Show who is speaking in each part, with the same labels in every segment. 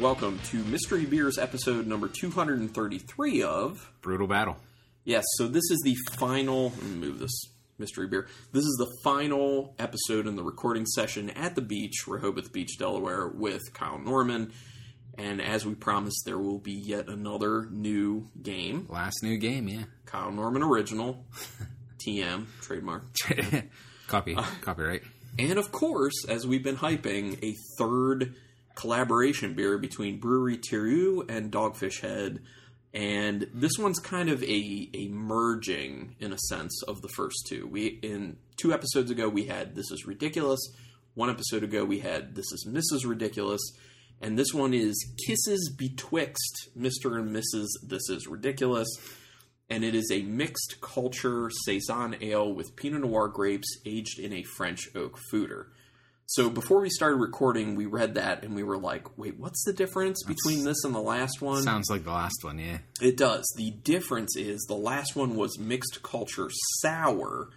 Speaker 1: welcome to Mystery Beers episode number 233 of.
Speaker 2: Brutal battle.
Speaker 1: Yes, so this is the final. Let me move this mystery beer. This is the final episode in the recording session at the beach, Rehoboth Beach, Delaware, with Kyle Norman. And as we promised, there will be yet another new game.
Speaker 2: Last new game, yeah.
Speaker 1: Kyle Norman Original, TM, trademark. Uh,
Speaker 2: Copy, copyright.
Speaker 1: And of course, as we've been hyping, a third collaboration beer between Brewery Tiru and Dogfish Head. And this one's kind of a, a merging, in a sense, of the first two. We in two episodes ago we had This is Ridiculous. One episode ago we had This is Mrs. Ridiculous. And this one is Kisses Betwixt Mr. and Mrs. This is Ridiculous. And it is a mixed culture Saison ale with Pinot Noir grapes aged in a French oak fooder. So before we started recording, we read that and we were like, wait, what's the difference between this and the last one?
Speaker 2: Sounds like the last one, yeah.
Speaker 1: It does. The difference is the last one was mixed culture sour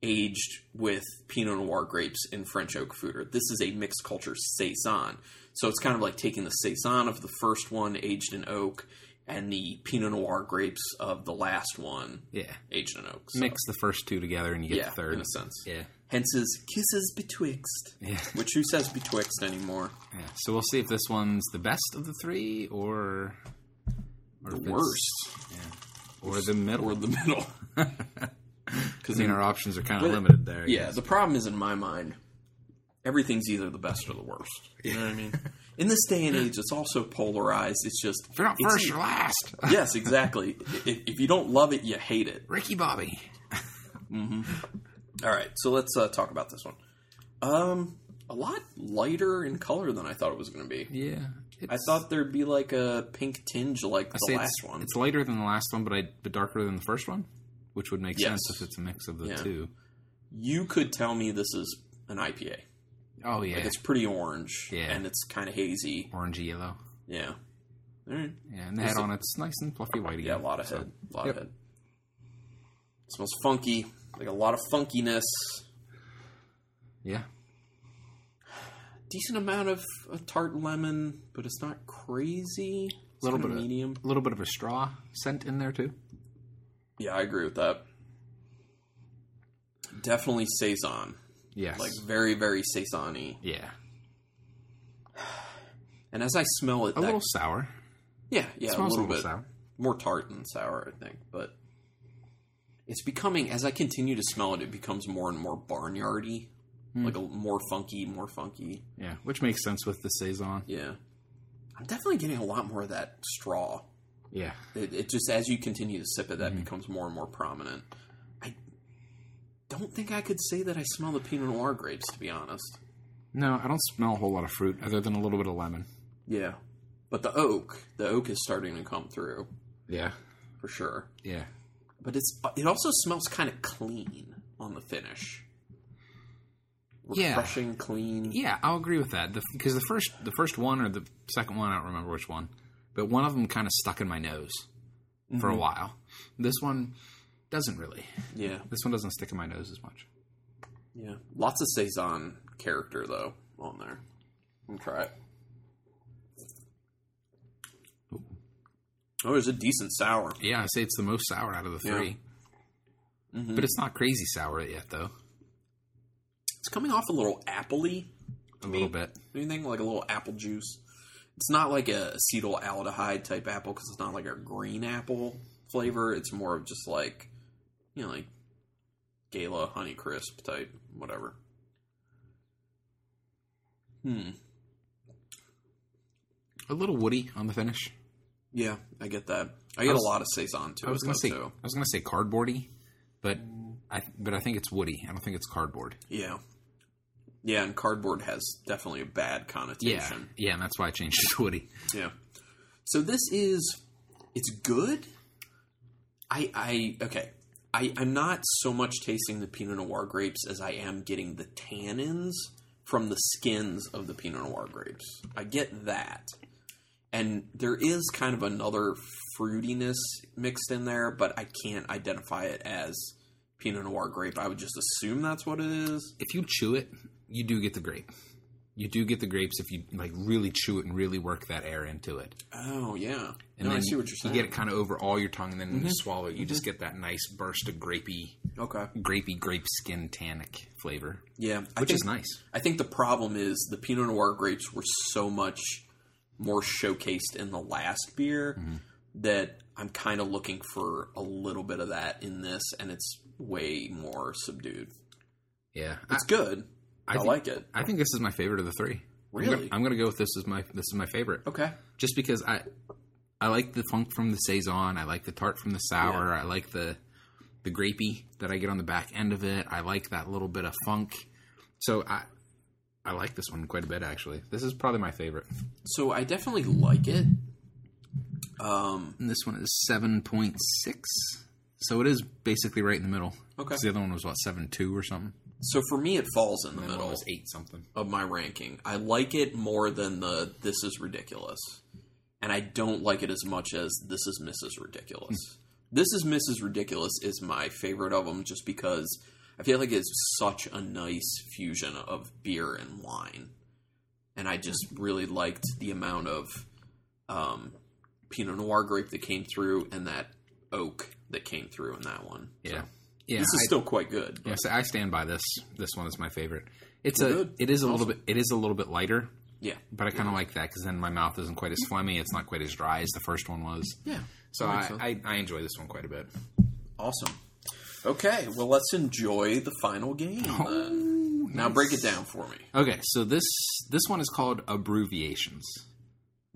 Speaker 1: aged with Pinot Noir grapes in French oak fooder. This is a mixed culture Saison. So it's kind of like taking the Saison of the first one aged in oak and the Pinot Noir grapes of the last one
Speaker 2: Yeah.
Speaker 1: aged in oak. So,
Speaker 2: Mix the first two together and you get
Speaker 1: yeah,
Speaker 2: the third.
Speaker 1: in a sense.
Speaker 2: Yeah.
Speaker 1: Hence is kisses betwixt.
Speaker 2: Yeah.
Speaker 1: Which who says betwixt anymore?
Speaker 2: yeah. So we'll see if this one's the best of the three or. Or if
Speaker 1: The
Speaker 2: it's-
Speaker 1: worst.
Speaker 2: Or the middle.
Speaker 1: or the middle.
Speaker 2: I
Speaker 1: Because
Speaker 2: mean, our options are kind of
Speaker 1: But-
Speaker 2: limited there. I
Speaker 1: yeah,
Speaker 2: guess.
Speaker 1: the problem is in my mind, everything's either the best or the worst. You know what I mean? In this day and age, it's all so polarized. It's just
Speaker 2: If you're not
Speaker 1: it's- e-
Speaker 2: first, you're last.
Speaker 1: yes, exactly. if, if you don't love it, you hate it.
Speaker 2: Ricky Bobby.
Speaker 1: All right, so let's uh, talk about this one. Um, a lot lighter in color than I thought it was going to be.
Speaker 2: Yeah. It's,
Speaker 1: I thought there'd be like a pink tinge like the
Speaker 2: say
Speaker 1: last
Speaker 2: it's,
Speaker 1: one.
Speaker 2: It's lighter than the last one, but I but darker than the first one, which would make
Speaker 1: Yes.
Speaker 2: sense if it's a mix of the
Speaker 1: Yeah.
Speaker 2: two.
Speaker 1: You could tell me this is an IPA.
Speaker 2: Oh yeah,
Speaker 1: Like it's pretty orange
Speaker 2: Yeah.
Speaker 1: and it's kind of hazy.
Speaker 2: orangey yellow.
Speaker 1: Yeah. All right.
Speaker 2: Yeah, and the
Speaker 1: Is
Speaker 2: head
Speaker 1: it-
Speaker 2: on it's nice and fluffy white.
Speaker 1: Yeah, a
Speaker 2: again,
Speaker 1: lot of
Speaker 2: so-
Speaker 1: head. A lot
Speaker 2: Yep.
Speaker 1: of head. smells funky. Like a lot of funkiness.
Speaker 2: Yeah,
Speaker 1: Decent amount of a tart lemon, but it's not crazy. It's
Speaker 2: Little
Speaker 1: kinda
Speaker 2: bit of-
Speaker 1: medium.
Speaker 2: a little bit of a straw scent in there too.
Speaker 1: Yeah, I agree with that. Definitely saison.
Speaker 2: Yes.
Speaker 1: Like very, very saison-y.
Speaker 2: yeah,
Speaker 1: And as I smell it,
Speaker 2: a
Speaker 1: that-
Speaker 2: little sour.
Speaker 1: yeah, yeah, a
Speaker 2: Smells
Speaker 1: little, bit
Speaker 2: sour.
Speaker 1: more tart than sour, I think. But it's becoming as I continue to smell it, it becomes more and more barnyardy, like a more funky, more funky.
Speaker 2: Yeah, which makes sense with the saison.
Speaker 1: Yeah. I'm definitely getting a lot more of that straw.
Speaker 2: Yeah,
Speaker 1: It, it just, as you continue to sip it, that becomes more and more prominent. I don't think I could say that I smell the Pinot Noir grapes, to be honest.
Speaker 2: no, I don't smell a whole lot of fruit other than a little bit of lemon.
Speaker 1: Yeah. But the oak, the oak is starting to come through,
Speaker 2: Yeah,
Speaker 1: for sure.
Speaker 2: yeah,
Speaker 1: But it's, it also smells kind of clean on the finish.
Speaker 2: Yeah.
Speaker 1: Refreshing, clean.
Speaker 2: yeah. I'll agree with that because the first the first one or the second one, I don't remember which one, but one of them kind of stuck in my nose for a
Speaker 1: Mm-hmm.
Speaker 2: while. This one doesn't really.
Speaker 1: Yeah.
Speaker 2: This one doesn't stick in my nose as much.
Speaker 1: Yeah. Lots of Saison character, though, on there. Let me try it. Oh, there's a decent sour.
Speaker 2: Yeah, I say it's the most sour out of the
Speaker 1: Yeah. Mm-hmm.
Speaker 2: three. But it's not crazy sour yet, though.
Speaker 1: It's coming off a little appley,
Speaker 2: A little bit.
Speaker 1: anything like a little apple juice. It's not like a acetyl aldehyde type apple because it's not like a green apple flavor. It's more of just like, you know, like Gala Honeycrisp type, whatever. Hmm.
Speaker 2: A little woody on the finish.
Speaker 1: Yeah, I get that. I get
Speaker 2: was-
Speaker 1: a lot of saison to
Speaker 2: I was
Speaker 1: it
Speaker 2: gonna
Speaker 1: though,
Speaker 2: say
Speaker 1: too.
Speaker 2: I was gonna say cardboardy, but I but I think it's woody. I don't think it's cardboard.
Speaker 1: Yeah. Yeah, and cardboard has definitely a bad connotation.
Speaker 2: yeah, and that's why I changed it to woody.
Speaker 1: Yeah. So this is it's good. I I okay. I, I'm not so much tasting the Pinot Noir grapes as I am getting the tannins from the skins of the Pinot Noir grapes. I get that. And there is kind of another fruitiness mixed in there, but I can't identify it as Pinot Noir grape. I would just assume that's what it is.
Speaker 2: If you chew it, you do get the grape. You do get the grapes if you like really chew it and really work that air into it.
Speaker 1: Oh yeah.
Speaker 2: And
Speaker 1: no, I
Speaker 2: then
Speaker 1: see what you're saying.
Speaker 2: you-
Speaker 1: Mm-hmm.
Speaker 2: You get it kind of over all your tongue, and then when you swallow it, you just get that nice burst of grapey,
Speaker 1: okay.
Speaker 2: grapey grape skin tannic flavor,
Speaker 1: Yeah. I
Speaker 2: which
Speaker 1: think,
Speaker 2: is nice.
Speaker 1: I think the problem is the Pinot Noir grapes were so much more showcased in the last beer
Speaker 2: Mm-hmm.
Speaker 1: that I'm kind of looking for a little bit of that in this, and it's way more subdued.
Speaker 2: Yeah, I,
Speaker 1: It's good. I,
Speaker 2: think-
Speaker 1: like it.
Speaker 2: I think this is my favorite of the three. I'm gonna-
Speaker 1: Really?
Speaker 2: I'm gonna go with this as my this is my favorite.
Speaker 1: Okay.
Speaker 2: just because I I like the funk from the saison, I like the tart from the sour, I like the the grapey that I get on the back end of it. I like that little bit of funk. So I I like this one quite a bit actually. This is probably my favorite.
Speaker 1: So I definitely like it. Um,
Speaker 2: And this one is 7.6. So it is basically right in the middle.
Speaker 1: Okay.
Speaker 2: 'Cause The other one was what 7.2 or something.
Speaker 1: so for me, it falls in the
Speaker 2: The other
Speaker 1: middle
Speaker 2: one was 8 something.
Speaker 1: of my ranking. I like it more than the "This is ridiculous," and I don't like it as much as "This is Mrs.
Speaker 2: Hmm.
Speaker 1: Ridiculous." "This is Mrs. Ridiculous" is my favorite of them, just because I feel like it's such a nice fusion of beer and wine, and I just really liked the amount of um, Pinot Noir grape that came through and that oak that came through in that one. So,
Speaker 2: Yeah. Yeah.
Speaker 1: this is
Speaker 2: I-
Speaker 1: still quite good.
Speaker 2: yeah, so I stand by this. This one is my favorite. It's
Speaker 1: Well,
Speaker 2: a
Speaker 1: good.
Speaker 2: it is a little bit it is a little bit lighter
Speaker 1: Yeah,
Speaker 2: But I kind of like that because then my mouth isn't quite as phlegmy. It's not quite as dry as the first one was.
Speaker 1: yeah.
Speaker 2: So
Speaker 1: That
Speaker 2: I,
Speaker 1: makes sense.
Speaker 2: I, I enjoy this one quite a bit.
Speaker 1: Awesome. Okay, well, let's enjoy the final game.
Speaker 2: Oh,
Speaker 1: then. Now break it down for me.
Speaker 2: Okay, so this this one is called abbreviations.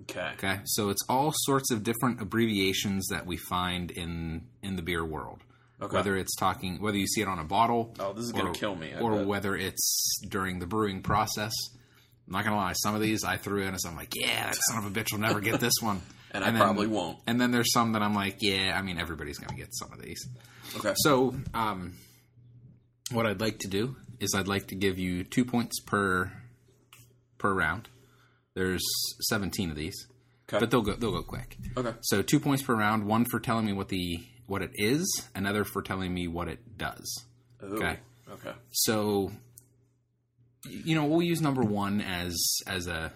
Speaker 1: Okay.
Speaker 2: Okay, so it's all sorts of different abbreviations that we find in in the beer world.
Speaker 1: Okay.
Speaker 2: Whether it's talking, whether you see it on a bottle,
Speaker 1: Oh, this is gonna kill me, I
Speaker 2: or
Speaker 1: bet.
Speaker 2: whether it's during the brewing process. I'm not gonna lie, some of these I threw in as I'm like, yeah, that son of a bitch will never get this one,
Speaker 1: And I
Speaker 2: then-
Speaker 1: probably won't.
Speaker 2: And then there's some that I'm like, yeah, I mean, everybody's gonna get some of these.
Speaker 1: Okay.
Speaker 2: So, um, what I'd like to do is I'd like to give you two points per per round. There's 17 of these,
Speaker 1: Okay.
Speaker 2: but they'll go they'll go quick.
Speaker 1: okay.
Speaker 2: So two points per round. One for telling me what the what it is. Another for telling me what it does.
Speaker 1: Ooh.
Speaker 2: Okay.
Speaker 1: Okay.
Speaker 2: So, y- you know, we'll use number one as as a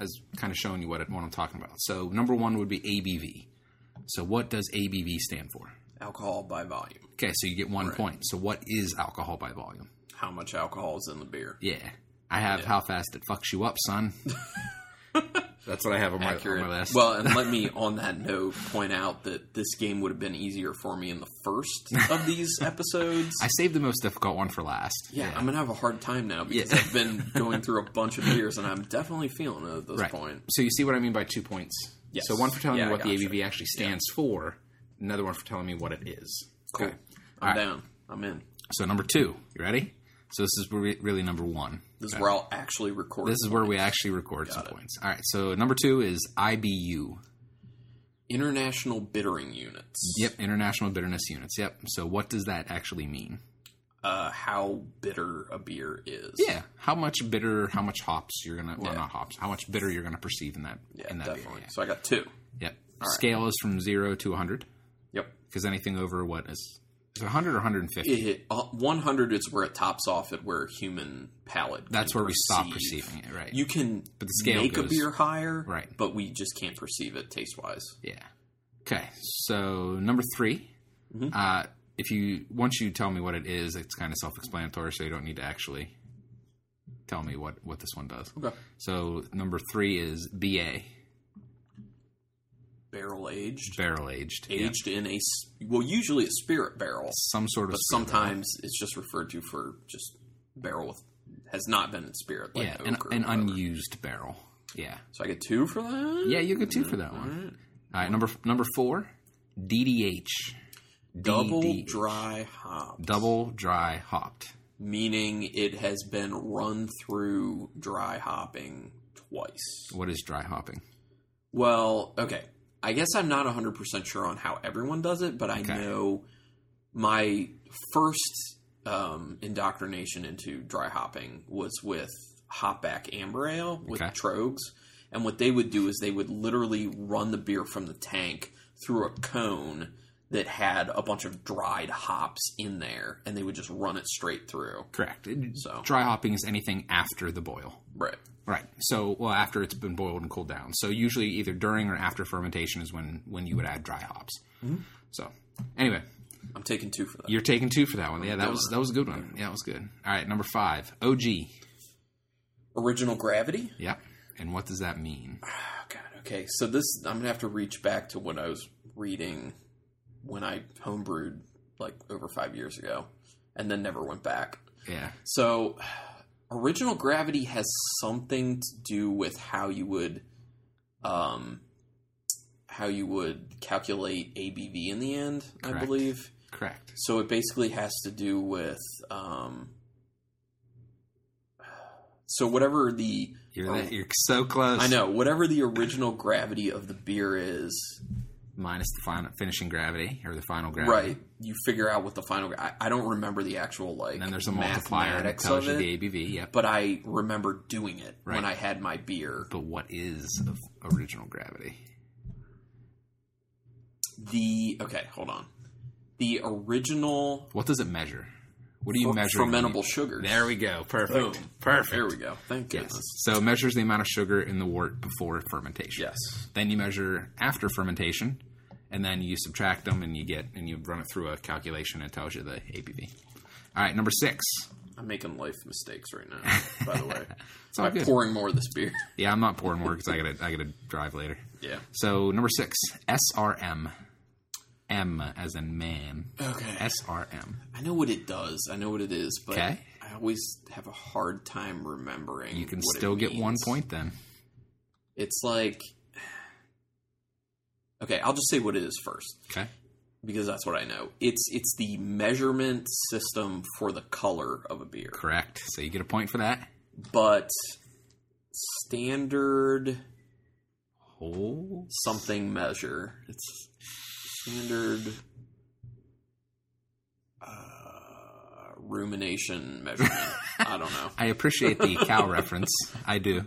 Speaker 2: as kind of showing you what, it, what I'm talking about. So number one would be ABV. So what does ABV stand for?
Speaker 1: Alcohol by volume.
Speaker 2: Okay, so you get one point. So what is alcohol by volume?
Speaker 1: How much alcohol is in the beer?
Speaker 2: Yeah, I have how fast it fucks you up, son. That's what I have on my, on
Speaker 1: Accurate.
Speaker 2: my list.
Speaker 1: Well, and let me, on that note, point out that this game would have been easier for me in the first of these episodes.
Speaker 2: I saved the most difficult one for last.
Speaker 1: yeah, I'm gonna have a hard time now because
Speaker 2: Yeah.
Speaker 1: I've been going through a bunch of beers, and I'm definitely feeling it at this
Speaker 2: right.
Speaker 1: point.
Speaker 2: So you see what I mean by two points.
Speaker 1: Yes.
Speaker 2: So one for telling
Speaker 1: Yeah,
Speaker 2: me
Speaker 1: I
Speaker 2: what the
Speaker 1: gotcha.
Speaker 2: ABV actually stands for. Another one for telling me what it is.
Speaker 1: Cool.
Speaker 2: Okay.
Speaker 1: I'm
Speaker 2: All right.
Speaker 1: down. I'm in.
Speaker 2: So number two, you ready? So this is re- really number one.
Speaker 1: This is where I'll actually record.
Speaker 2: This is where we actually record some points. All right. So number two is IBU.
Speaker 1: international bittering units.
Speaker 2: Yep. International bitterness units. Yep. So what does that actually mean?
Speaker 1: Uh, how bitter a beer is.
Speaker 2: Yeah, how much bitter, how much hops you're gonna, well, not hops, how much bitter you're gonna perceive in that
Speaker 1: Yeah,
Speaker 2: in that
Speaker 1: definitely.
Speaker 2: beer.
Speaker 1: So I got two.
Speaker 2: Yep. Scale is from zero to 100
Speaker 1: Yep.
Speaker 2: because anything over what is is it 100 or 150?
Speaker 1: It- uh, 100 is where it tops off at where human palate.
Speaker 2: That's
Speaker 1: can
Speaker 2: where we stop
Speaker 1: perceive.
Speaker 2: perceiving it, right?
Speaker 1: You can
Speaker 2: the scale
Speaker 1: make a
Speaker 2: goes-
Speaker 1: beer higher,
Speaker 2: Right.
Speaker 1: but we just can't perceive it taste wise.
Speaker 2: yeah. Okay. So number 3
Speaker 1: Mm-hmm.
Speaker 2: Uh, if you once you tell me what it is, it's kind of self-explanatory, so you don't need to actually tell me what what this one does.
Speaker 1: Okay.
Speaker 2: So number three is BA,
Speaker 1: Barrel aged.
Speaker 2: barrel aged, Yeah.
Speaker 1: Aged in a, s- well, usually a spirit barrel.
Speaker 2: some sort of
Speaker 1: But
Speaker 2: spirit.
Speaker 1: sometimes it's just referred to for just barrel with, has not been in spirit. Like
Speaker 2: yeah,
Speaker 1: oak
Speaker 2: an,
Speaker 1: or
Speaker 2: an
Speaker 1: whatever.
Speaker 2: unused barrel. Yeah.
Speaker 1: So I get two for that?
Speaker 2: Yeah, you get two for that one. All right, number number four, DDH,
Speaker 1: Double
Speaker 2: DD.
Speaker 1: dry hop.
Speaker 2: double dry hopped.
Speaker 1: meaning it has been run through dry hopping twice.
Speaker 2: What is dry hopping?
Speaker 1: Well, okay. I guess I'm not 100% sure on how everyone does it, but I know my first um, indoctrination into dry hopping was with Hopback Amber Ale with
Speaker 2: Okay.
Speaker 1: Trogs. And what they would do is they would literally run the beer from the tank through a cone that had a bunch of dried hops in there, and they would just run it straight through.
Speaker 2: Correct. It-
Speaker 1: So-
Speaker 2: Dry hopping is anything after the boil.
Speaker 1: Right.
Speaker 2: Right. So, well, after it's been boiled and cooled down. So, usually either during or after fermentation is when when you would add dry hops.
Speaker 1: Mm-hmm.
Speaker 2: So, anyway,
Speaker 1: I'm taking two for that.
Speaker 2: you're taking two for that one. Yeah, that was that was a good one. Yeah, that was good. All right, number five, OG.
Speaker 1: Original gravity.
Speaker 2: Yeah. And what does that mean?
Speaker 1: Oh, God. Okay. So this, I'm gonna have to reach back to what I was reading when I homebrewed like over five years ago, and then never went back.
Speaker 2: Yeah.
Speaker 1: So, original gravity has something to do with how you would, um, how you would calculate ABV in the end. I
Speaker 2: Correct.
Speaker 1: believe.
Speaker 2: Correct.
Speaker 1: So it basically has to do with, um, so whatever the
Speaker 2: You're that, you're so close.
Speaker 1: Oh. I know whatever the original gravity of the beer is,
Speaker 2: Minus the final finishing gravity or the final gravity.
Speaker 1: right? You figure out what the final. I, I don't remember the actual like.
Speaker 2: And then there's a multiplier that
Speaker 1: mathematics
Speaker 2: tells
Speaker 1: of
Speaker 2: you
Speaker 1: it.
Speaker 2: the ABV. Yep.
Speaker 1: but I remember doing it
Speaker 2: Right.
Speaker 1: when I had my beer.
Speaker 2: But what is of original gravity?
Speaker 1: The okay, hold on. The original
Speaker 2: What does it measure? What do you
Speaker 1: fer-
Speaker 2: measure?
Speaker 1: fermentable sugars.
Speaker 2: There we go. Perfect.
Speaker 1: Boom.
Speaker 2: Perfect.
Speaker 1: There we go. Thank
Speaker 2: Yes.
Speaker 1: goodness.
Speaker 2: So it measures the amount of sugar in the wort before fermentation.
Speaker 1: Yes.
Speaker 2: Then you measure after fermentation, and then you subtract them and you get and you run it through a calculation and it tells you the ABV. All right, number six.
Speaker 1: I'm making life mistakes right now. By the way,
Speaker 2: all
Speaker 1: by
Speaker 2: good.
Speaker 1: pouring more of this beer.
Speaker 2: Yeah, I'm not pouring more because I gotta I gotta drive later.
Speaker 1: Yeah.
Speaker 2: So number six, SRM. M as in man.
Speaker 1: Okay.
Speaker 2: SRM.
Speaker 1: I know what it does. I know what it is, but
Speaker 2: Okay.
Speaker 1: I always have a hard time remembering.
Speaker 2: You can
Speaker 1: what it
Speaker 2: still get one
Speaker 1: means.
Speaker 2: point then.
Speaker 1: It's like. Okay, I'll just say what it is first.
Speaker 2: Okay.
Speaker 1: because that's what I know. It's it's the measurement system for the color of a beer.
Speaker 2: Correct. So you get a point for that.
Speaker 1: But standard
Speaker 2: Oh,
Speaker 1: something measure. It's standard uh, rumination measurement. I don't know.
Speaker 2: I appreciate the cow reference. I do.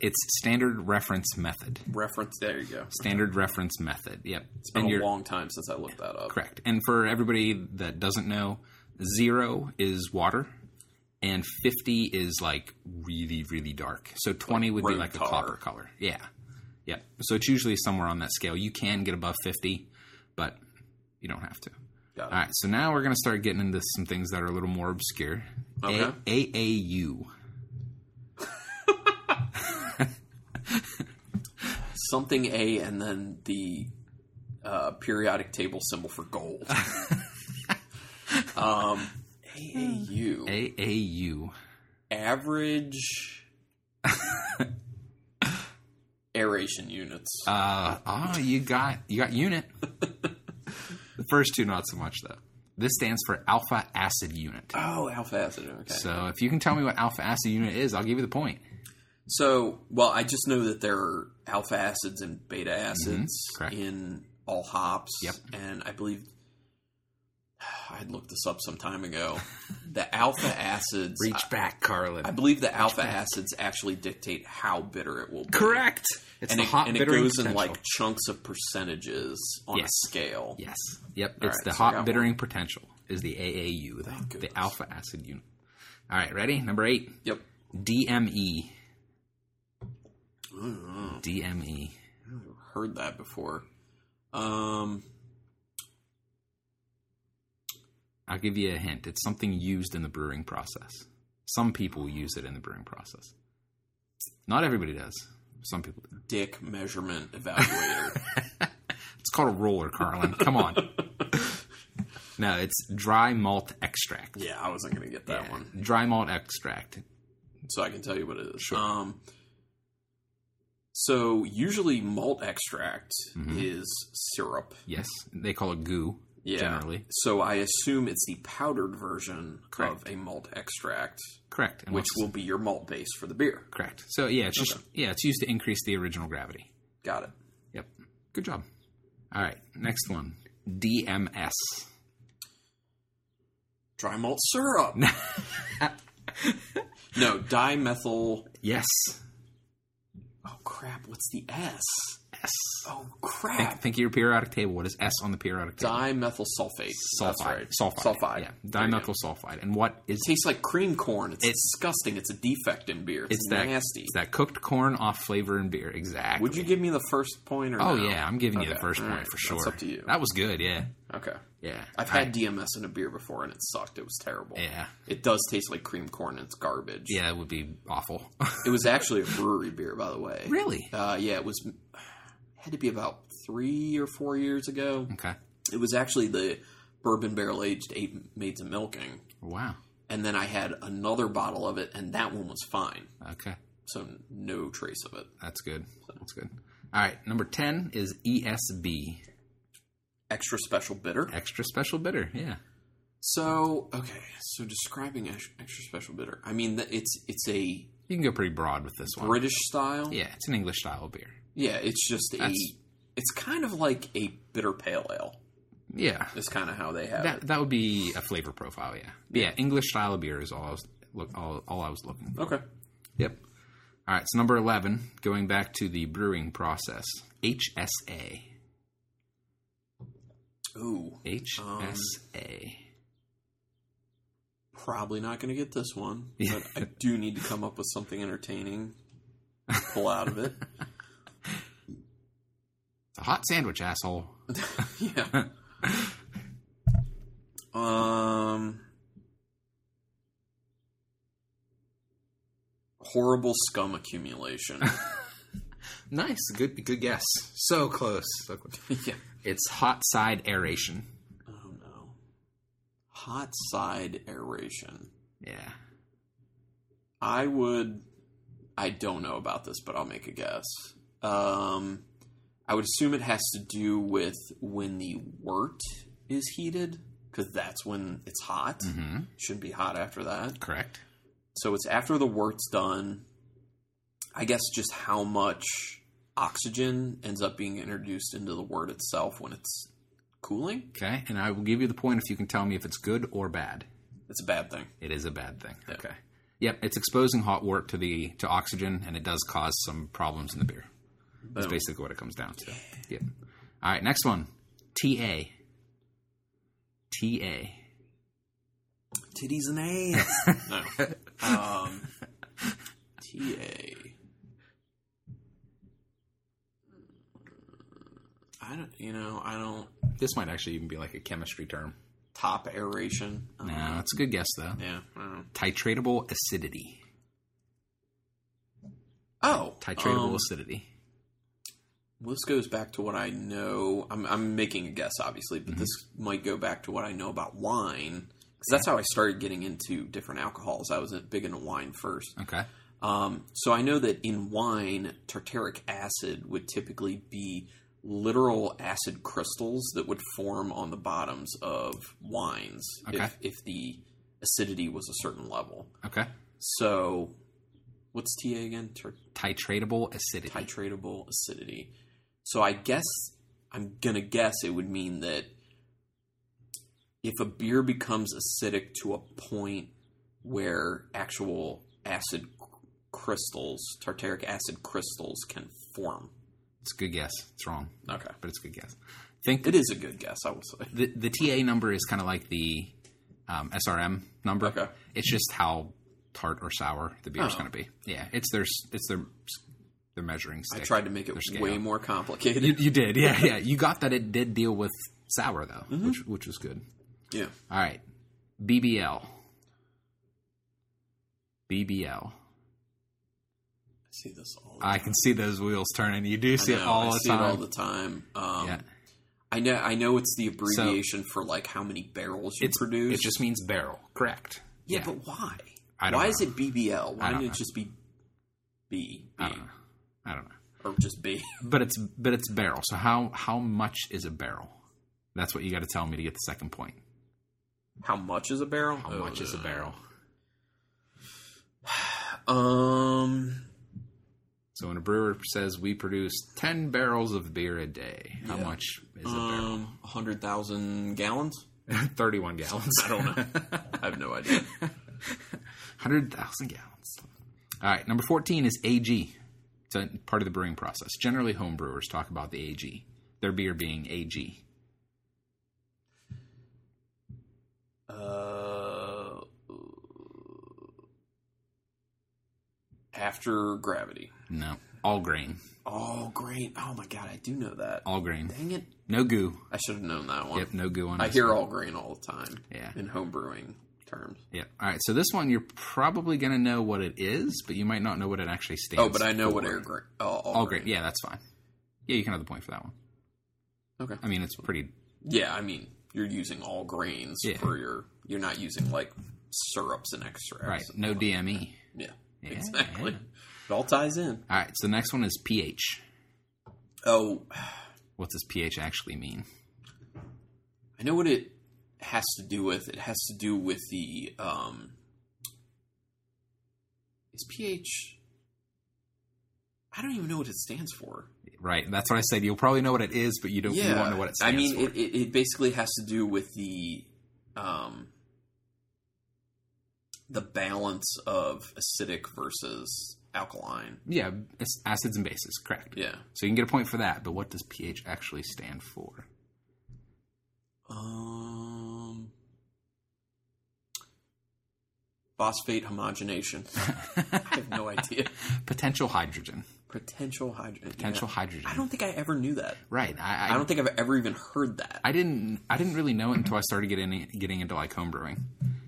Speaker 2: It's standard reference method.
Speaker 1: Reference. There you go. It's
Speaker 2: Standard reference method. Yep. It's
Speaker 1: been a long time since I looked that up.
Speaker 2: correct. And for everybody that doesn't know, zero is water, and fifty is like really, really dark. So twenty would be
Speaker 1: road
Speaker 2: like
Speaker 1: tar.
Speaker 2: a copper color. Yeah. Yep. So it's usually somewhere on that scale. You can get above fifty, but you don't have to.
Speaker 1: Got it.
Speaker 2: All right. So now we're gonna start getting into some things that are a little more obscure. A-
Speaker 1: Okay.
Speaker 2: AAU.
Speaker 1: Something A and then the uh, periodic table symbol for gold. um,
Speaker 2: Hmm.
Speaker 1: AAU.
Speaker 2: AAU.
Speaker 1: average aeration units.
Speaker 2: Uh, oh, you got you got unit. the first two, not so much though. This stands for alpha acid unit.
Speaker 1: oh, alpha acid. Okay. So,
Speaker 2: So if you can tell me what alpha acid unit is, I'll give you the point.
Speaker 1: well, I just know that there are alpha acids and beta acids
Speaker 2: Mm-hmm. correct.
Speaker 1: in all hops.
Speaker 2: Yep.
Speaker 1: And I believe I had looked this up some time ago. The alpha acids.
Speaker 2: back, Carlin.
Speaker 1: I believe the alpha acids actually dictate how bitter it will be.
Speaker 2: Correct. It's
Speaker 1: And
Speaker 2: the
Speaker 1: it,
Speaker 2: hot
Speaker 1: and it
Speaker 2: bittering
Speaker 1: goes in
Speaker 2: potential.
Speaker 1: like chunks of percentages on
Speaker 2: Yes.
Speaker 1: a scale.
Speaker 2: yes. Yep.
Speaker 1: All
Speaker 2: It's
Speaker 1: right,
Speaker 2: the
Speaker 1: so I
Speaker 2: hot
Speaker 1: got
Speaker 2: bittering potential is the AAU, the,
Speaker 1: goodness.
Speaker 2: the alpha acid unit. All right, ready? Number eight, E.
Speaker 1: Yep.
Speaker 2: DME. DME.
Speaker 1: heard that before. Um,
Speaker 2: I'll give you a hint. It's something used in the brewing process. Some people use it in the brewing process. Not everybody does. Some people do.
Speaker 1: dick measurement evaluator.
Speaker 2: It's called a roller, Carlin. Come on. No, it's dry malt extract.
Speaker 1: yeah, I wasn't gonna get that
Speaker 2: Yeah,
Speaker 1: one,
Speaker 2: Dry malt extract.
Speaker 1: so I can tell you what it is.
Speaker 2: Sure.
Speaker 1: Um, so usually malt extract
Speaker 2: Mm-hmm.
Speaker 1: is syrup.
Speaker 2: Yes. They call it goo
Speaker 1: Yeah.
Speaker 2: generally.
Speaker 1: So I assume it's the powdered version
Speaker 2: Correct.
Speaker 1: of a malt extract,
Speaker 2: Correct. And
Speaker 1: which
Speaker 2: what's-
Speaker 1: will be your malt base for the beer.
Speaker 2: correct. So yeah, it's just yeah, it's used to increase the original gravity.
Speaker 1: Got it.
Speaker 2: Yep. Good job. All right. Next one. DMS.
Speaker 1: Dry malt syrup. no, dimethyl.
Speaker 2: Yes.
Speaker 1: Oh crap! What's the S?
Speaker 2: S.
Speaker 1: Oh
Speaker 2: Think,
Speaker 1: crap!
Speaker 2: think of your periodic table. What is S on the periodic table?
Speaker 1: Dimethyl sulfate. That's
Speaker 2: sulfide.
Speaker 1: right.
Speaker 2: Sulfide.
Speaker 1: Sulfide.
Speaker 2: Yeah.
Speaker 1: There you go.
Speaker 2: Dimethyl sulfide. And what is
Speaker 1: tastes like cream corn. It's,
Speaker 2: It's-
Speaker 1: disgusting. It's a defect in beer. It's,
Speaker 2: It's that
Speaker 1: nasty.
Speaker 2: It's that cooked corn off flavor and beer. Exactly.
Speaker 1: Would you give me the first point or
Speaker 2: Oh
Speaker 1: no?
Speaker 2: yeah, I'm giving you the
Speaker 1: Okay,
Speaker 2: first
Speaker 1: all
Speaker 2: point
Speaker 1: right,
Speaker 2: for sure.
Speaker 1: That's up to you.
Speaker 2: That was good. Yeah.
Speaker 1: Okay.
Speaker 2: Yeah.
Speaker 1: I've had DMS in a beer before and it sucked. It was terrible.
Speaker 2: I- yeah.
Speaker 1: It does taste like cream corn and it's garbage.
Speaker 2: Yeah, it would be awful.
Speaker 1: It was actually a brewery beer, by the way.
Speaker 2: really?
Speaker 1: Uh, yeah, it was. Had to be about three or four years ago.
Speaker 2: Okay.
Speaker 1: It was actually the bourbon barrel aged eight maids of milking,
Speaker 2: Wow.
Speaker 1: and then I had another bottle of it, and that one was fine.
Speaker 2: Okay.
Speaker 1: So no trace of it.
Speaker 2: That's good. That's good. All right, number 10 is E ESB,
Speaker 1: Extra special bitter.
Speaker 2: extra special bitter. Yeah.
Speaker 1: So okay, so describing ex- extra special bitter. I mean, th- it's it's a
Speaker 2: You can go pretty broad with this one.
Speaker 1: British style.
Speaker 2: Yeah, it's an English style beer.
Speaker 1: Yeah, it's just a.
Speaker 2: That's-
Speaker 1: It's kind of like a bitter pale ale.
Speaker 2: Yeah.
Speaker 1: Is kind of how they have it.
Speaker 2: That that would be a flavor profile, yeah. Yeah, English style of beer is all I was look all, all I was looking for.
Speaker 1: Okay.
Speaker 2: Yep. All right, so number 11, going back to the brewing process. HSA.
Speaker 1: Ooh,
Speaker 2: HSA.
Speaker 1: probably not going to get this one,
Speaker 2: Yeah.
Speaker 1: but I do need to come up with something entertaining. to Pull out of it.
Speaker 2: it's a hot sandwich, asshole.
Speaker 1: yeah. Um. Horrible scum accumulation.
Speaker 2: Nice, good good guess. So close. So close.
Speaker 1: yeah.
Speaker 2: It's hot side aeration.
Speaker 1: Oh no. Hot side aeration.
Speaker 2: Yeah.
Speaker 1: I would. I don't know about this, but I'll make a guess. Um, I would assume it has to do with when the wort is heated, because that's when it's hot.
Speaker 2: Mm-hmm.
Speaker 1: Shouldn't be hot after that.
Speaker 2: Correct.
Speaker 1: So it's after the wort's done. I guess just how much oxygen ends up being introduced into the wort itself when it's cooling.
Speaker 2: Okay, and I will give you the point if you can tell me if it's good or bad.
Speaker 1: It's a bad thing.
Speaker 2: It is a bad thing. Okay. Yep, it's exposing hot wort to the to oxygen, and it does cause some problems in the beer. That's
Speaker 1: Boom.
Speaker 2: basically what it comes down to. Yep. All right, next one. TA. TA.
Speaker 1: titties and ass. no. Um, TA. I don't, you know, I don't.
Speaker 2: This might actually even be like a chemistry term.
Speaker 1: Top aeration. I don't
Speaker 2: No,
Speaker 1: know.
Speaker 2: that's a good guess though.
Speaker 1: Yeah. I don't know.
Speaker 2: Titratable acidity.
Speaker 1: Oh.
Speaker 2: Titratable
Speaker 1: um,
Speaker 2: acidity.
Speaker 1: Well, this goes back to what I know. I'm, I'm making a guess, obviously, but this might go back to what I know about wine. Because that's how I started getting into different alcohols. I was big into wine first.
Speaker 2: Okay.
Speaker 1: Um, so I know that in wine, tartaric acid would typically be literal acid crystals that would form on the bottoms of wines
Speaker 2: Okay.
Speaker 1: if, if the acidity was a certain level.
Speaker 2: Okay.
Speaker 1: So, what's TA again? Tar-
Speaker 2: Titratable acidity.
Speaker 1: titratable acidity. So I guess I'm gonna guess it would mean that if a beer becomes acidic to a point where actual acid crystals, tartaric acid crystals, can form.
Speaker 2: It's a good guess. It's wrong,
Speaker 1: Okay,
Speaker 2: but it's a good guess. Think
Speaker 1: it is a good guess, I will say.
Speaker 2: the the TA number is kind of like the um, SRM number.
Speaker 1: Okay.
Speaker 2: It's just how tart or sour the beer's
Speaker 1: Oh.
Speaker 2: going to be. Yeah, it's their s- it's their s- their measuring
Speaker 1: I
Speaker 2: stick.
Speaker 1: tried to make it
Speaker 2: scale.
Speaker 1: way more complicated.
Speaker 2: You, you did, yeah, yeah. You got that. It did deal with sour though,
Speaker 1: Mm-hmm.
Speaker 2: which which was good.
Speaker 1: yeah,
Speaker 2: All right, BBL, BBL.
Speaker 1: I see this all. The
Speaker 2: I can see those wheels turning. You do see
Speaker 1: I
Speaker 2: it
Speaker 1: know,
Speaker 2: all
Speaker 1: I
Speaker 2: the
Speaker 1: see
Speaker 2: time.
Speaker 1: It all the time. Um,
Speaker 2: yeah,
Speaker 1: I know. I know it's the abbreviation for like how many barrels you
Speaker 2: it's
Speaker 1: produce.
Speaker 2: It just means barrel, correct?
Speaker 1: Yeah, but why?
Speaker 2: I don't
Speaker 1: why
Speaker 2: know.
Speaker 1: is it BBL? Why
Speaker 2: I don't
Speaker 1: didn't
Speaker 2: know.
Speaker 1: it just be B, B
Speaker 2: I don't know. I don't know.
Speaker 1: or just B?
Speaker 2: But it's but it's barrel. So how how much is a barrel? That's what you got to tell me to get the second point.
Speaker 1: How much is a barrel?
Speaker 2: How much is a barrel?
Speaker 1: Um,
Speaker 2: So when a brewer says we produce ten barrels of beer a day, how
Speaker 1: Yeah.
Speaker 2: much is
Speaker 1: um, hundred thousand gallons.
Speaker 2: a barrel? Thirty-one gallons.
Speaker 1: I don't know. I have no idea.
Speaker 2: Hundred thousand gallons. All right. Number fourteen is AG. It's a part of the brewing process. Generally, home brewers talk about the AG, their beer being AG.
Speaker 1: Uh, after gravity.
Speaker 2: No, all grain,
Speaker 1: Oh, great. Oh my god, I do know that.
Speaker 2: all grain,
Speaker 1: Dang it.
Speaker 2: no goo.
Speaker 1: I should have known that one.
Speaker 2: Yep, no goo on.
Speaker 1: I
Speaker 2: this
Speaker 1: hear
Speaker 2: one.
Speaker 1: all grain all the time
Speaker 2: Yeah,
Speaker 1: in home brewing terms.
Speaker 2: yeah. All right, so this one you're probably gonna know what it is, but you might not know what it actually stands.
Speaker 1: Oh, but I know what
Speaker 2: for.
Speaker 1: air grain. Oh, all,
Speaker 2: All
Speaker 1: grain.
Speaker 2: grain. Yeah, that's fine. Yeah, you can have the point for that one.
Speaker 1: Okay.
Speaker 2: I mean, it's pretty.
Speaker 1: Yeah, I mean, you're using all grains
Speaker 2: Yeah.
Speaker 1: for your. You're not using like syrups and extracts.
Speaker 2: Right. No DME.
Speaker 1: Yeah,
Speaker 2: Yeah,
Speaker 1: exactly.
Speaker 2: yeah.
Speaker 1: It all ties in.
Speaker 2: All right. So the next one is pH.
Speaker 1: Oh,
Speaker 2: What does pH actually mean?
Speaker 1: I know what it has to do with. It has to do with the. um Is pH? I don't even know what it stands for.
Speaker 2: Right. That's what I said. You'll probably know what it is, but you don't. You won't know what it stands
Speaker 1: I mean,
Speaker 2: for.
Speaker 1: It, it, it basically has to do with the um, the balance of acidic versus alkaline.
Speaker 2: yeah, it's acids and bases. Correct.
Speaker 1: Yeah.
Speaker 2: So you can get a point for that. But what does pH actually stand for?
Speaker 1: Um, phosphate homogenation. I have no idea.
Speaker 2: Potential hydrogen.
Speaker 1: Potential hydrogen.
Speaker 2: Potential hydrogen.
Speaker 1: I don't think I ever knew that.
Speaker 2: Right. I. I,
Speaker 1: I don't think I've ever even heard that.
Speaker 2: I didn't. I didn't really know it until I started getting getting into like home brewing.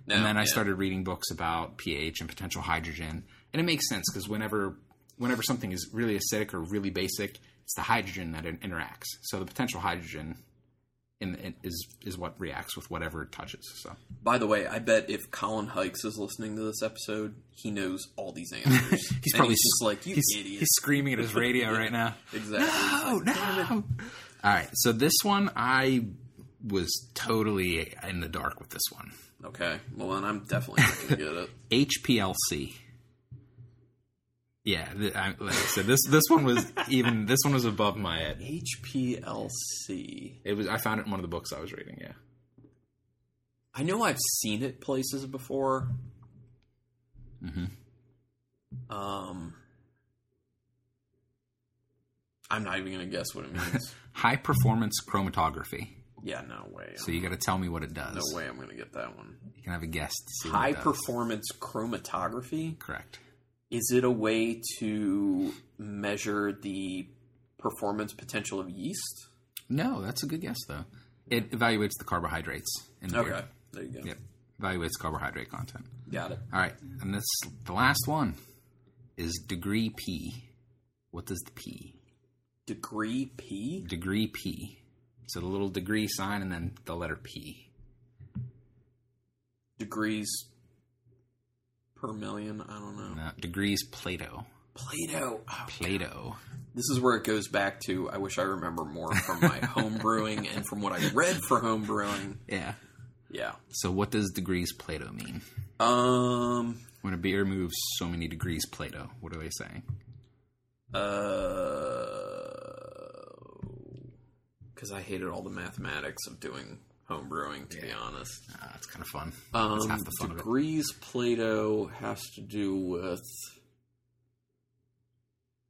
Speaker 1: No,
Speaker 2: and then I
Speaker 1: yeah.
Speaker 2: started reading books about pH and potential hydrogen, and it makes sense because whenever whenever something is really acidic or really basic, it's the hydrogen that it interacts. So the potential hydrogen in, in, is is what reacts with whatever it touches. So
Speaker 1: By the way, I bet if Colin Hykes is listening to this episode, he knows all these answers.
Speaker 2: he's
Speaker 1: And
Speaker 2: probably
Speaker 1: he's just like you
Speaker 2: he's,
Speaker 1: idiot.
Speaker 2: he's screaming at his radio right now.
Speaker 1: exactly. He's
Speaker 2: Oh
Speaker 1: like,
Speaker 2: no! All right, so this one I was totally in the dark with this one.
Speaker 1: Okay. Well, then I'm definitely not gonna get it.
Speaker 2: HPLC. Yeah, th- I, like I said, this this one was even this one was above my head.
Speaker 1: HPLC.
Speaker 2: It was I found it in one of the books I was reading. Yeah,
Speaker 1: I know I've seen it places before. Mm-hmm.
Speaker 2: Mhm.
Speaker 1: Um, I'm not even gonna guess what it means.
Speaker 2: high performance chromatography.
Speaker 1: yeah, no way.
Speaker 2: So you got to tell me what it does.
Speaker 1: no way I'm gonna get that one.
Speaker 2: You can have a guess. To see what
Speaker 1: High
Speaker 2: it does.
Speaker 1: performance chromatography.
Speaker 2: Correct.
Speaker 1: Is it a way to measure the performance potential of yeast?
Speaker 2: No, that's a good guess though. It evaluates the carbohydrates in the
Speaker 1: Okay,
Speaker 2: beer.
Speaker 1: there you go.
Speaker 2: Yep. Evaluates carbohydrate content.
Speaker 1: Got it.
Speaker 2: All right, and this the last one is degree P. What does the P
Speaker 1: Degree P.
Speaker 2: degree P. So the little degree sign and then the letter P.
Speaker 1: degrees per million. I don't know.
Speaker 2: Now, Uh, degrees Plato.
Speaker 1: Plato. Oh,
Speaker 2: Plato.
Speaker 1: this is where it goes back to. I wish I remember more from my home brewing and from what I read for home brewing.
Speaker 2: Yeah.
Speaker 1: Yeah.
Speaker 2: So what does degrees Plato mean?
Speaker 1: Um.
Speaker 2: When a beer moves so many degrees Plato, what are they saying?
Speaker 1: Uh. Because I hated all the mathematics of doing home brewing. To be honest.
Speaker 2: Ah, that's kind of fun. that's
Speaker 1: Um,
Speaker 2: half the fun of it.
Speaker 1: degrees Plato has to do with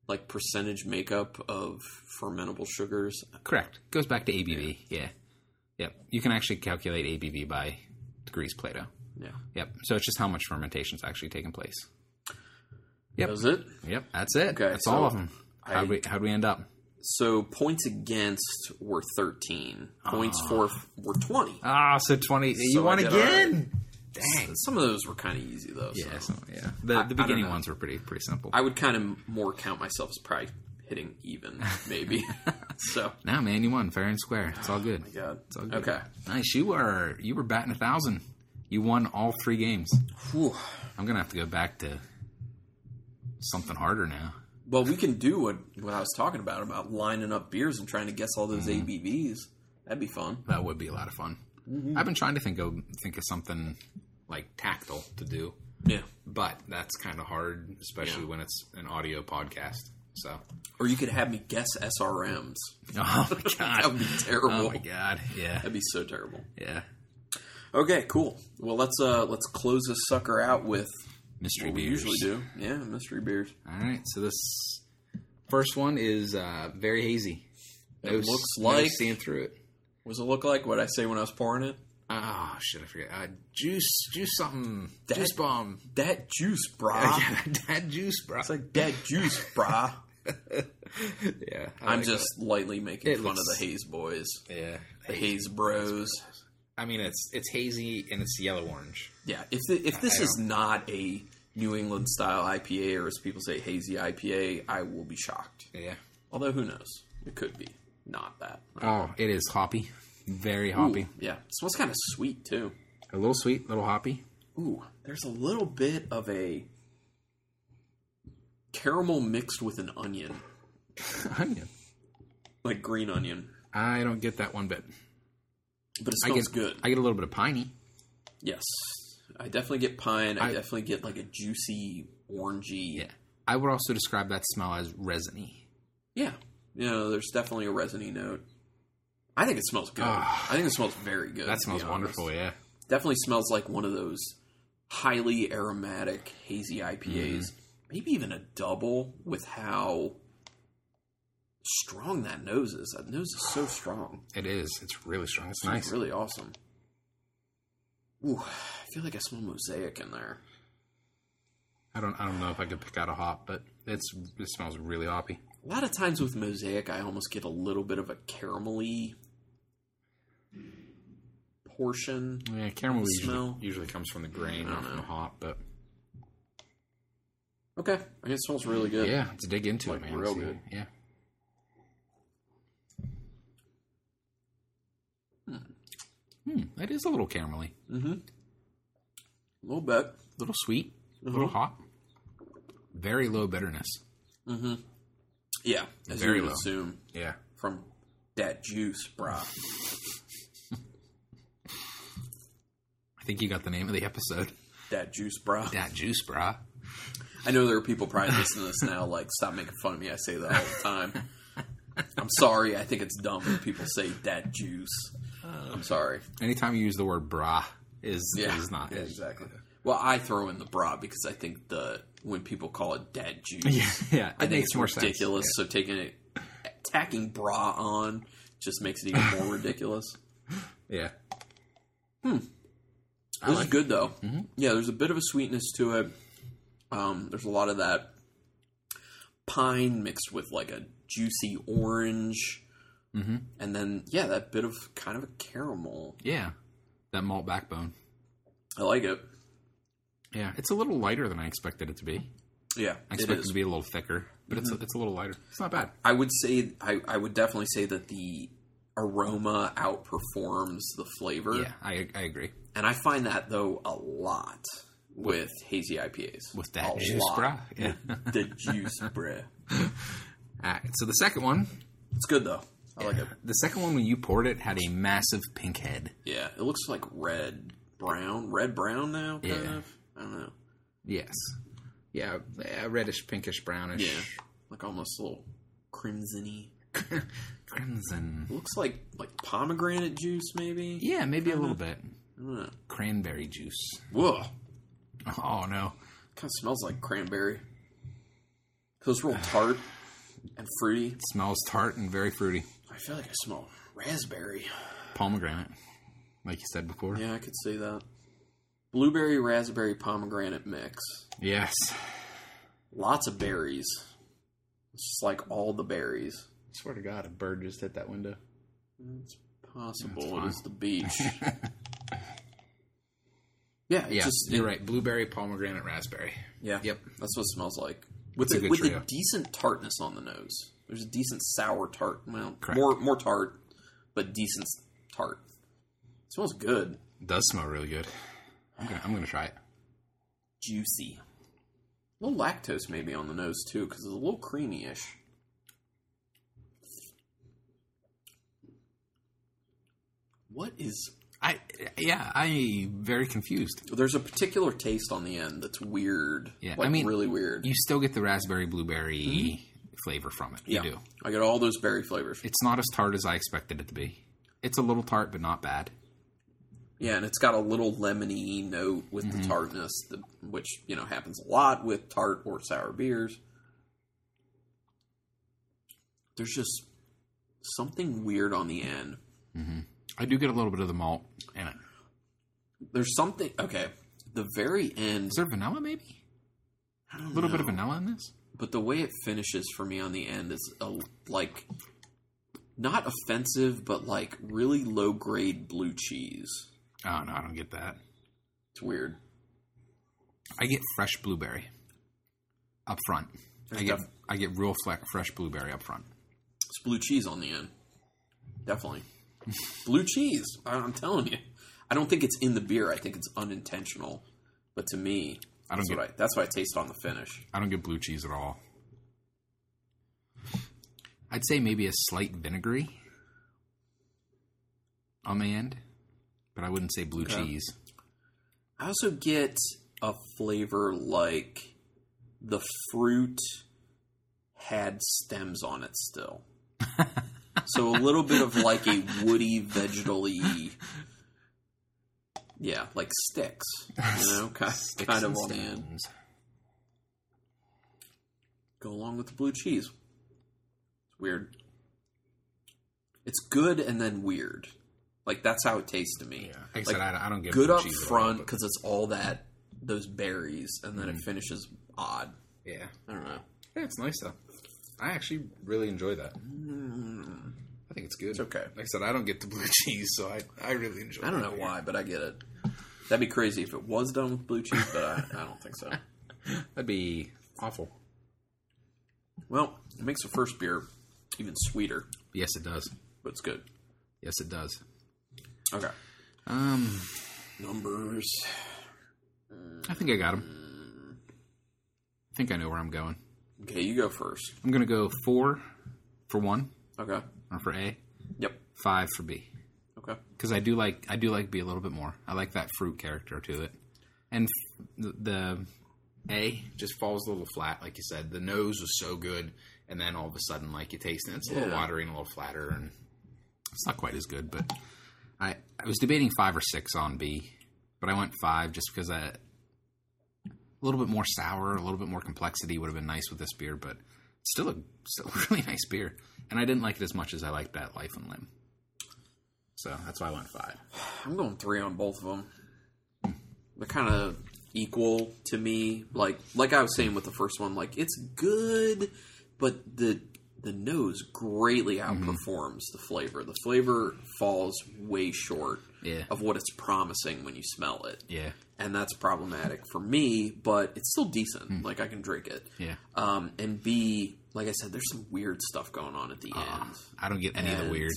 Speaker 1: like percentage makeup of fermentable sugars.
Speaker 2: Correct. Goes back to ABV. Yeah. Yep. You can actually calculate ABV by degrees Plato.
Speaker 1: Yeah.
Speaker 2: Yep. So it's just how much fermentation's actually taking place. Yep.
Speaker 1: That was it.
Speaker 2: Yep. That's it.
Speaker 1: Okay,
Speaker 2: that's
Speaker 1: so
Speaker 2: all of them.
Speaker 1: I-
Speaker 2: How'd we, how'd we end up?
Speaker 1: So points against were 13. Points for were 20.
Speaker 2: Ah, so 20. you
Speaker 1: I
Speaker 2: won
Speaker 1: did all right.
Speaker 2: again. Dang.
Speaker 1: Some of those were kind of easy though.
Speaker 2: Yeah,
Speaker 1: So.
Speaker 2: so, yeah. The, the
Speaker 1: don't
Speaker 2: beginning
Speaker 1: know.
Speaker 2: ones were pretty pretty simple.
Speaker 1: I would kind of more count myself as probably hitting even, maybe. so,
Speaker 2: now, man, you won fair and square. It's all good.
Speaker 1: God.
Speaker 2: It's all good.
Speaker 1: Okay.
Speaker 2: Nice. You were you were batting a thousand. You won all three games.
Speaker 1: Whew.
Speaker 2: I'm gonna have to go back to something harder now.
Speaker 1: Well, we can do what, what I was talking about, about lining up beers and trying to guess all those
Speaker 2: Mm-hmm.
Speaker 1: ABVs. That'd be fun.
Speaker 2: That would be a lot of fun. I've been trying to think of think of something like tactile to do,
Speaker 1: Yeah.
Speaker 2: but that's kind of hard, especially
Speaker 1: Yeah.
Speaker 2: when it's an audio podcast. So,
Speaker 1: Or you could have me guess SRMs.
Speaker 2: oh my
Speaker 1: That would
Speaker 2: god,
Speaker 1: be terrible.
Speaker 2: oh my god, yeah,
Speaker 1: That'd be so terrible.
Speaker 2: yeah,
Speaker 1: Okay, cool. Well, let's uh let's close this sucker out with
Speaker 2: mystery
Speaker 1: what we
Speaker 2: beers.
Speaker 1: usually do. Yeah, mystery beers.
Speaker 2: All right, so this First one is uh, very hazy.
Speaker 1: It
Speaker 2: s-
Speaker 1: looks
Speaker 2: no
Speaker 1: like-
Speaker 2: seeing through it.
Speaker 1: What does it look like? What I say when I was pouring it?
Speaker 2: Oh shit! I forget. Uh, juice, juice something.
Speaker 1: That-
Speaker 2: juice bomb.
Speaker 1: That juice, brah.
Speaker 2: that juice, bro.
Speaker 1: It's like that juice, brah.
Speaker 2: yeah, I
Speaker 1: I'm
Speaker 2: like
Speaker 1: just lightly making
Speaker 2: It
Speaker 1: fun of
Speaker 2: looks-
Speaker 1: the Hayes boys,
Speaker 2: that. yeah.
Speaker 1: the Hayes Bros.
Speaker 2: I mean, it's it's hazy and it's yellow orange.
Speaker 1: Yeah, if the, if this
Speaker 2: I
Speaker 1: is not a New England style IPA, or as people say, hazy IPA, I will be shocked.
Speaker 2: Yeah.
Speaker 1: Although who knows? It could be not that.
Speaker 2: Oh, it is hoppy. Very
Speaker 1: Ooh,
Speaker 2: hoppy.
Speaker 1: yeah, it smells kind of sweet too.
Speaker 2: A little sweet, little hoppy.
Speaker 1: Ooh, there's a little bit of a caramel mixed with an onion,
Speaker 2: Onion.
Speaker 1: like green onion,
Speaker 2: I don't get that one bit.
Speaker 1: but it
Speaker 2: I
Speaker 1: smells
Speaker 2: get
Speaker 1: good.
Speaker 2: I get a little bit of piney.
Speaker 1: Yes, I definitely get pine. I,
Speaker 2: I-
Speaker 1: definitely get like a juicy orangey.
Speaker 2: I would also describe that smell as resiny.
Speaker 1: yeah. You know, there's definitely a resiny note. I think it smells good.
Speaker 2: Ah.
Speaker 1: I think it smells very good.
Speaker 2: That
Speaker 1: to
Speaker 2: smells
Speaker 1: be honest.
Speaker 2: wonderful. Yeah.
Speaker 1: Definitely smells like one of those highly aromatic hazy IPAs.
Speaker 2: Mm-hmm.
Speaker 1: Maybe even a double with how strong that nose is. That nose is so strong.
Speaker 2: It is. It's really strong. It's
Speaker 1: It's
Speaker 2: nice.
Speaker 1: really awesome. Ooh, I feel like I smell mosaic in there.
Speaker 2: I don't. I don't know if I could pick out a hop, but it's. It smells really hoppy.
Speaker 1: A lot of times with mosaic, I almost get a little bit of a caramelly portion.
Speaker 2: Yeah, caramel usually,
Speaker 1: Smell.
Speaker 2: usually comes from the grain,
Speaker 1: I
Speaker 2: not
Speaker 1: don't
Speaker 2: from the
Speaker 1: know.
Speaker 2: hop. But
Speaker 1: Okay, I mean, it smells really good.
Speaker 2: yeah, to dig into
Speaker 1: Like,
Speaker 2: it, man.
Speaker 1: real
Speaker 2: See,
Speaker 1: good.
Speaker 2: Yeah. Hmm. That is a little caramelly,
Speaker 1: a little bit.
Speaker 2: a little sweet, a little
Speaker 1: Mm-hmm.
Speaker 2: hot, very low bitterness.
Speaker 1: Yeah, as
Speaker 2: Very
Speaker 1: you would
Speaker 2: low.
Speaker 1: assume
Speaker 2: Yeah.
Speaker 1: from that juice, brah.
Speaker 2: I think you got the name of the episode.
Speaker 1: That juice, brah.
Speaker 2: That juice, brah.
Speaker 1: I know there are people probably listening to this now, like, stop making fun of me. I say that all the time. I'm sorry. I think it's dumb when people say that juice. I'm sorry.
Speaker 2: Anytime you use the word brah is
Speaker 1: Yeah,
Speaker 2: Uh, is not
Speaker 1: yeah, exactly. Well, I throw in the bra because I think the when people call it dad juice,
Speaker 2: Yeah, yeah.
Speaker 1: I
Speaker 2: it
Speaker 1: think
Speaker 2: makes
Speaker 1: it's
Speaker 2: more sense.
Speaker 1: ridiculous. So taking it, tacking bra on just makes it even more ridiculous.
Speaker 2: Yeah.
Speaker 1: This is good though.
Speaker 2: Mm-hmm.
Speaker 1: Yeah, there's a bit of a sweetness to it. Um, there's a lot of that pine mixed with like a juicy orange, mm-hmm. and then yeah, that bit of kind of a caramel.
Speaker 2: Yeah. That malt backbone.
Speaker 1: I like it.
Speaker 2: Yeah. It's a little lighter than I expected it to be.
Speaker 1: Yeah, it
Speaker 2: I expected it, Mm-hmm.
Speaker 1: is.
Speaker 2: to be a little thicker, but it's it's a little lighter. It's not bad.
Speaker 1: I would say I, I would definitely say that the aroma outperforms the flavor,
Speaker 2: Yeah, I I agree.
Speaker 1: and I find that though a lot with hazy IPAs.
Speaker 2: With that
Speaker 1: a
Speaker 2: juice,
Speaker 1: lot.
Speaker 2: brah. Yeah.
Speaker 1: the juice, bruh.
Speaker 2: All right, Ah, so the second one,
Speaker 1: It's good though. I like it.
Speaker 2: the second one when you poured it had a massive pink head.
Speaker 1: Yeah, it looks like red, brown, red brown now. Kind
Speaker 2: Yeah.
Speaker 1: of. I don't know.
Speaker 2: Yes. Yeah, yeah, reddish, pinkish, brownish.
Speaker 1: Yeah, like almost a little crimsony.
Speaker 2: Crimson.
Speaker 1: Looks like like pomegranate juice, maybe.
Speaker 2: Yeah, maybe a little bit.
Speaker 1: I don't know.
Speaker 2: Cranberry juice.
Speaker 1: Whoa,
Speaker 2: Oh no.
Speaker 1: kind of smells like cranberry. Feels real tart and fruity.
Speaker 2: It smells tart and very fruity.
Speaker 1: I feel like I smell raspberry.
Speaker 2: Pomegranate. Like you said before.
Speaker 1: Yeah, I could see that. Blueberry, raspberry, pomegranate mix.
Speaker 2: Yes.
Speaker 1: Lots of berries. It's just like all the berries.
Speaker 2: Swear to God, a bird just hit that window.
Speaker 1: It's possible it is the beach. yeah, it's
Speaker 2: Yeah,
Speaker 1: just
Speaker 2: you're right. Blueberry, pomegranate, raspberry.
Speaker 1: yeah.
Speaker 2: Yep.
Speaker 1: That's what it smells like. With
Speaker 2: It's a
Speaker 1: a,
Speaker 2: good
Speaker 1: with a
Speaker 2: trio.
Speaker 1: decent tartness on the nose. There's a decent sour tart. Well,
Speaker 2: Correct.
Speaker 1: more more tart, but decent tart. It smells good,
Speaker 2: Does smell really good. I'm gonna, I'm gonna try it.
Speaker 1: juicy. A little lactose maybe on the nose too, because it's a little creamy-ish. What is
Speaker 2: I yeah, I very confused.
Speaker 1: There's a particular taste on the end that's weird.
Speaker 2: Yeah,
Speaker 1: like
Speaker 2: I mean,
Speaker 1: really weird.
Speaker 2: You still get the raspberry blueberry flavor from it.
Speaker 1: yeah,
Speaker 2: You do.
Speaker 1: I get all those berry flavors.
Speaker 2: It's not as tart as I expected it to be. It's a little tart, but not bad.
Speaker 1: yeah, and it's got a little lemony note with
Speaker 2: Mm-hmm.
Speaker 1: the tartness, that, which you know happens a lot with tart or sour beers. there's just something weird on the end.
Speaker 2: I do get a little bit of the malt in it.
Speaker 1: There's something okay. The very end,
Speaker 2: Is there vanilla maybe?
Speaker 1: I don't
Speaker 2: A little bit
Speaker 1: know.
Speaker 2: of vanilla in this?
Speaker 1: but the way it finishes for me on the end is a, like not offensive, but like really low grade blue cheese.
Speaker 2: Oh no, I don't get that.
Speaker 1: It's weird.
Speaker 2: I get fresh blueberry up front. I get
Speaker 1: Okay.
Speaker 2: I get real fle- fresh blueberry up front.
Speaker 1: It's blue cheese on the end. Definitely. blue cheese. I- I'm telling you. I don't think it's in the beer. I think it's unintentional. But to me,
Speaker 2: I don't
Speaker 1: that's,
Speaker 2: get-
Speaker 1: what I, that's what I taste on the finish.
Speaker 2: I don't get blue cheese at all. I'd say maybe a slight vinegary on the end, but I wouldn't say blue
Speaker 1: Okay.
Speaker 2: cheese.
Speaker 1: I also get a flavor like the fruit had stems on it still. so a little bit of like a woody vegetal yeah, like sticks. You know, kind, kind of on the end.
Speaker 2: Stones.
Speaker 1: go along with the blue cheese. It's weird. It's good and then weird. Like that's how it tastes to me.
Speaker 2: Yeah, like I said, I, I don't get
Speaker 1: Good
Speaker 2: blue
Speaker 1: up
Speaker 2: cheese at all,
Speaker 1: front
Speaker 2: but- Mm-hmm.
Speaker 1: because it's all that those berries, and then it finishes odd.
Speaker 2: yeah,
Speaker 1: I don't know.
Speaker 2: Yeah, it's nice though. I actually really enjoy that. I think it's good. It's
Speaker 1: Mm. okay.
Speaker 2: Like I said, I don't get the blue cheese, so I, I really enjoy.
Speaker 1: I don't
Speaker 2: it.
Speaker 1: know why, but I get it. That'd be crazy if it was done with blue cheese, but I, I don't think so.
Speaker 2: That'd be awful.
Speaker 1: Well, it makes the first beer even sweeter,
Speaker 2: Yes, it does.
Speaker 1: but it's good.
Speaker 2: Yes, it does.
Speaker 1: Okay.
Speaker 2: Um,
Speaker 1: Numbers.
Speaker 2: I think I got him. I think I know where I'm going.
Speaker 1: Okay, you go first.
Speaker 2: I'm gonna go four for one
Speaker 1: Okay.
Speaker 2: or for A,
Speaker 1: Yep.
Speaker 2: five for B.
Speaker 1: Okay.
Speaker 2: because I do like I do like B a little bit more. I like that fruit character to it, and f- the, the A just falls a little flat, like you said. The nose was so good, and then all of a sudden, like you taste it, it's a little
Speaker 1: Yeah.
Speaker 2: watery and a little flatter, and it's not quite as good. But I I was debating five or six on B, but I went five just because I a little bit more sour, a little bit more complexity would have been nice with this beer, but still a still a really nice beer. And I didn't like it as much as I liked that Life and Limb. So that's why I went five.
Speaker 1: I'm going three on both of them. They're kind of equal to me. Like like I was saying with the first one, like it's good, but the the nose greatly
Speaker 2: Mm-hmm.
Speaker 1: outperforms the flavor. The flavor falls way short
Speaker 2: Yeah.
Speaker 1: of what it's promising when you smell it,
Speaker 2: Yeah.
Speaker 1: and that's problematic for me. But it's still decent. Like I can drink it.
Speaker 2: Mm. Yeah.
Speaker 1: Um, and B, like I said, there's some weird stuff going on at the end.
Speaker 2: I don't get any of
Speaker 1: And-
Speaker 2: the weird.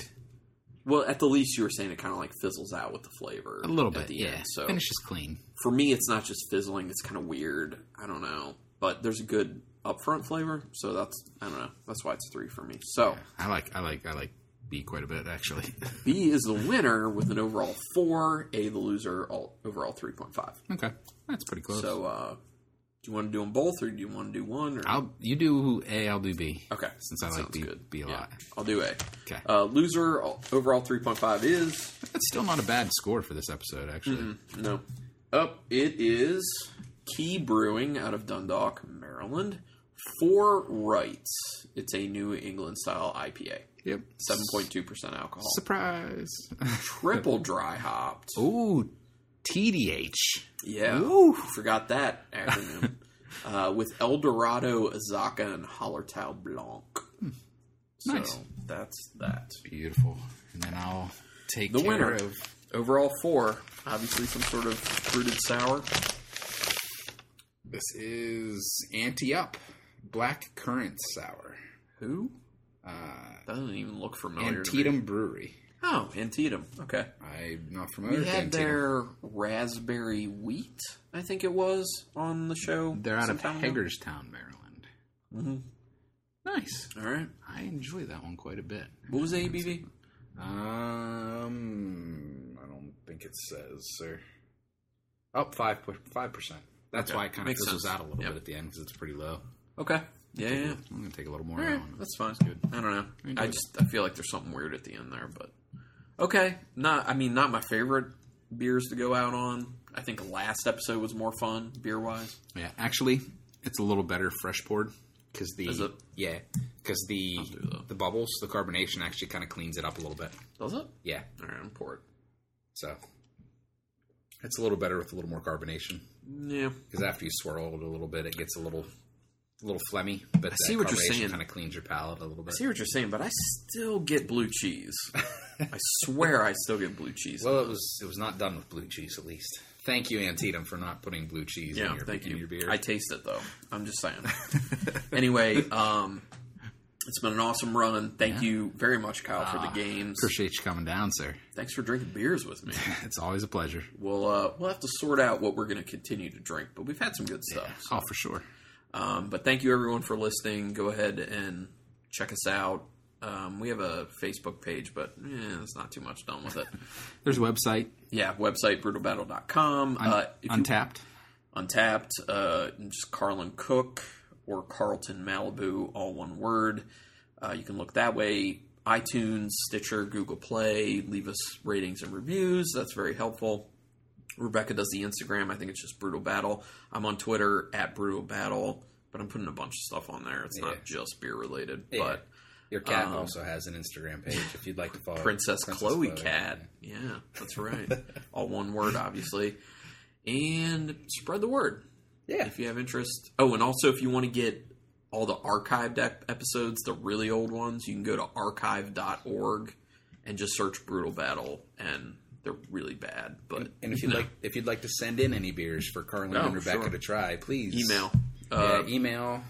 Speaker 1: Well, at the least, you were saying it kind of like fizzles out with the flavor
Speaker 2: A little
Speaker 1: At
Speaker 2: bit.
Speaker 1: the
Speaker 2: Yeah.
Speaker 1: end, so
Speaker 2: Finish is clean.
Speaker 1: for me, it's not just fizzling. It's kind of weird. I don't know, but there's a good upfront flavor, so that's I don't know. That's why it's a three for me. So
Speaker 2: I like I like I like B quite a bit actually.
Speaker 1: B is the winner with an overall four. A the loser, all overall three point five.
Speaker 2: okay. That's pretty close.
Speaker 1: So uh, do you want to do them both, or do you want to do one? Or
Speaker 2: I'll you do A, I'll do B.
Speaker 1: okay,
Speaker 2: Since I
Speaker 1: that
Speaker 2: like
Speaker 1: sounds
Speaker 2: B,
Speaker 1: good.
Speaker 2: B a
Speaker 1: Yeah,
Speaker 2: lot.
Speaker 1: I'll do A.
Speaker 2: Okay.
Speaker 1: Uh, loser all- overall three point five is
Speaker 2: That's still not a bad score for this episode actually.
Speaker 1: No. Up it is Key Brewing out of Dundalk, Maryland. Four Rights. It's a New England style IPA.
Speaker 2: Yep.
Speaker 1: 7.2% alcohol.
Speaker 2: Surprise.
Speaker 1: Triple dry hopped.
Speaker 2: Ooh. TDH.
Speaker 1: Yeah.
Speaker 2: Oh. Ooh.
Speaker 1: Forgot that acronym. uh, with El Dorado, Azaka, and Hallertau Blanc.
Speaker 2: Nice.
Speaker 1: So that's that.
Speaker 2: Beautiful. And then I'll take
Speaker 1: The
Speaker 2: care
Speaker 1: winner.
Speaker 2: of
Speaker 1: Overall, four. Obviously, some sort of fruited sour.
Speaker 2: this is Anti Up Black Currant Sour.
Speaker 1: Who?
Speaker 2: Uh
Speaker 1: Doesn't even look familiar. to me.
Speaker 2: Antietam Brewery.
Speaker 1: Oh, Antietam. Okay.
Speaker 2: I'm not familiar
Speaker 1: We
Speaker 2: with
Speaker 1: had
Speaker 2: Antietam.
Speaker 1: their raspberry wheat, I think it was, on the show.
Speaker 2: They're out of
Speaker 1: sometime ago.
Speaker 2: Hagerstown, Maryland. Mm-hmm. Nice.
Speaker 1: All right.
Speaker 2: I enjoy that one quite a bit.
Speaker 1: What was the ABV?
Speaker 2: Um, I don't think it says, sir. Oh, five five percent. That's
Speaker 1: Okay.
Speaker 2: why it kind of
Speaker 1: Makes
Speaker 2: fizzles
Speaker 1: sense.
Speaker 2: out a little
Speaker 1: Yep.
Speaker 2: bit at the end because it's pretty low.
Speaker 1: Okay. Yeah, yeah. yeah.
Speaker 2: I'm gonna take a little more.
Speaker 1: All right.
Speaker 2: out on it.
Speaker 1: That's fine. I don't know.
Speaker 2: enjoyed
Speaker 1: I just I feel like there's something weird at the end there, but okay. Not I mean not my favorite beers to go out on. I think last episode was more fun beer wise.
Speaker 2: Yeah, actually, it's a little better fresh poured. because the
Speaker 1: Is it?
Speaker 2: yeah because the
Speaker 1: I'll do that.
Speaker 2: the bubbles the carbonation actually kind of cleans it up a little bit.
Speaker 1: Does it?
Speaker 2: Yeah,
Speaker 1: All right, I'm poured.
Speaker 2: so it's a little better with a little more carbonation
Speaker 1: Yeah.
Speaker 2: because after you swirl it a little bit, it gets a little a little phlegmy. But
Speaker 1: I see what you're saying.
Speaker 2: Kind of cleans your palate a little bit.
Speaker 1: I see what you're saying, but I still get blue cheese. I swear I still get blue cheese.
Speaker 2: Well, it was it was not done with blue cheese, at least. Thank you, Antietam, for not putting blue cheese
Speaker 1: yeah,
Speaker 2: in, your,
Speaker 1: thank
Speaker 2: in
Speaker 1: you.
Speaker 2: your beer.
Speaker 1: I taste it though. I'm just saying. anyway, um, it's been an awesome run. Thank you very much, Kyle, for the games.
Speaker 2: Ah, appreciate you coming down, sir.
Speaker 1: Thanks for drinking beers with me.
Speaker 2: It's always a pleasure.
Speaker 1: We'll uh, we'll have to sort out what we're going to continue to drink, but we've had some good stuff.
Speaker 2: Oh, for sure.
Speaker 1: Um, but thank you everyone for listening. Go ahead and check us out. Um, we have a Facebook page, but eh, it's not too much done with it.
Speaker 2: There's a website,
Speaker 1: yeah, website brutalbattle.com. uh, if you-
Speaker 2: Untapped.
Speaker 1: Untapped, uh, just Carlin Cook or Carlton Malibu, all one word. Uh, you can look that way. iTunes, Stitcher, Google Play. Leave us ratings and reviews. That's very helpful. Rebecca does the Instagram. I think it's just Brutal Battle. I'm on Twitter at Brutal Battle, but I'm putting a bunch of stuff on there. It's
Speaker 2: Yeah.
Speaker 1: not just beer related,
Speaker 2: Yeah.
Speaker 1: but
Speaker 2: Your cat also has an Instagram page if you'd like to follow.
Speaker 1: Um, Princess, Chloe, Cat. Yeah, that's right. all one word, obviously. And spread the word.
Speaker 2: Yeah.
Speaker 1: if you have interest. Oh, and also if you want to get all the archived ep- episodes, the really old ones, you can go to archive.org and just search Brutal Battle, and they're really bad. But
Speaker 2: And if
Speaker 1: you
Speaker 2: you'd
Speaker 1: know,
Speaker 2: like if you'd like to send in any beers for Carlin
Speaker 1: Oh,
Speaker 2: and Rebecca
Speaker 1: sure.
Speaker 2: to try, please
Speaker 1: email
Speaker 2: Yeah,
Speaker 1: uh,
Speaker 2: email.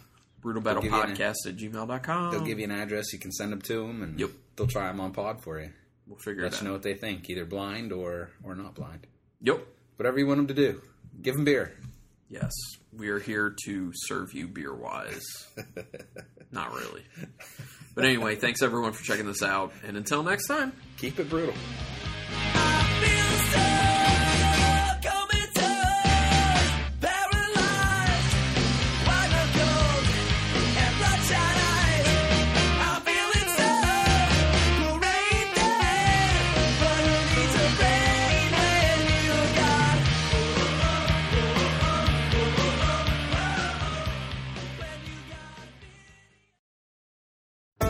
Speaker 1: brutalbattlepodcast at gmail.com.
Speaker 2: They'll give you an address. You can send them to them, and
Speaker 1: Yep.
Speaker 2: they'll try them on pod for you.
Speaker 1: we'll figure
Speaker 2: Let
Speaker 1: it out.
Speaker 2: you know what they think, either blind or or not blind.
Speaker 1: Yep.
Speaker 2: Whatever you want them to do, give them beer.
Speaker 1: Yes, we are here to serve you beer wise. Not really. But anyway, thanks everyone for checking this out. And until next time.
Speaker 2: Keep it brutal.
Speaker 3: This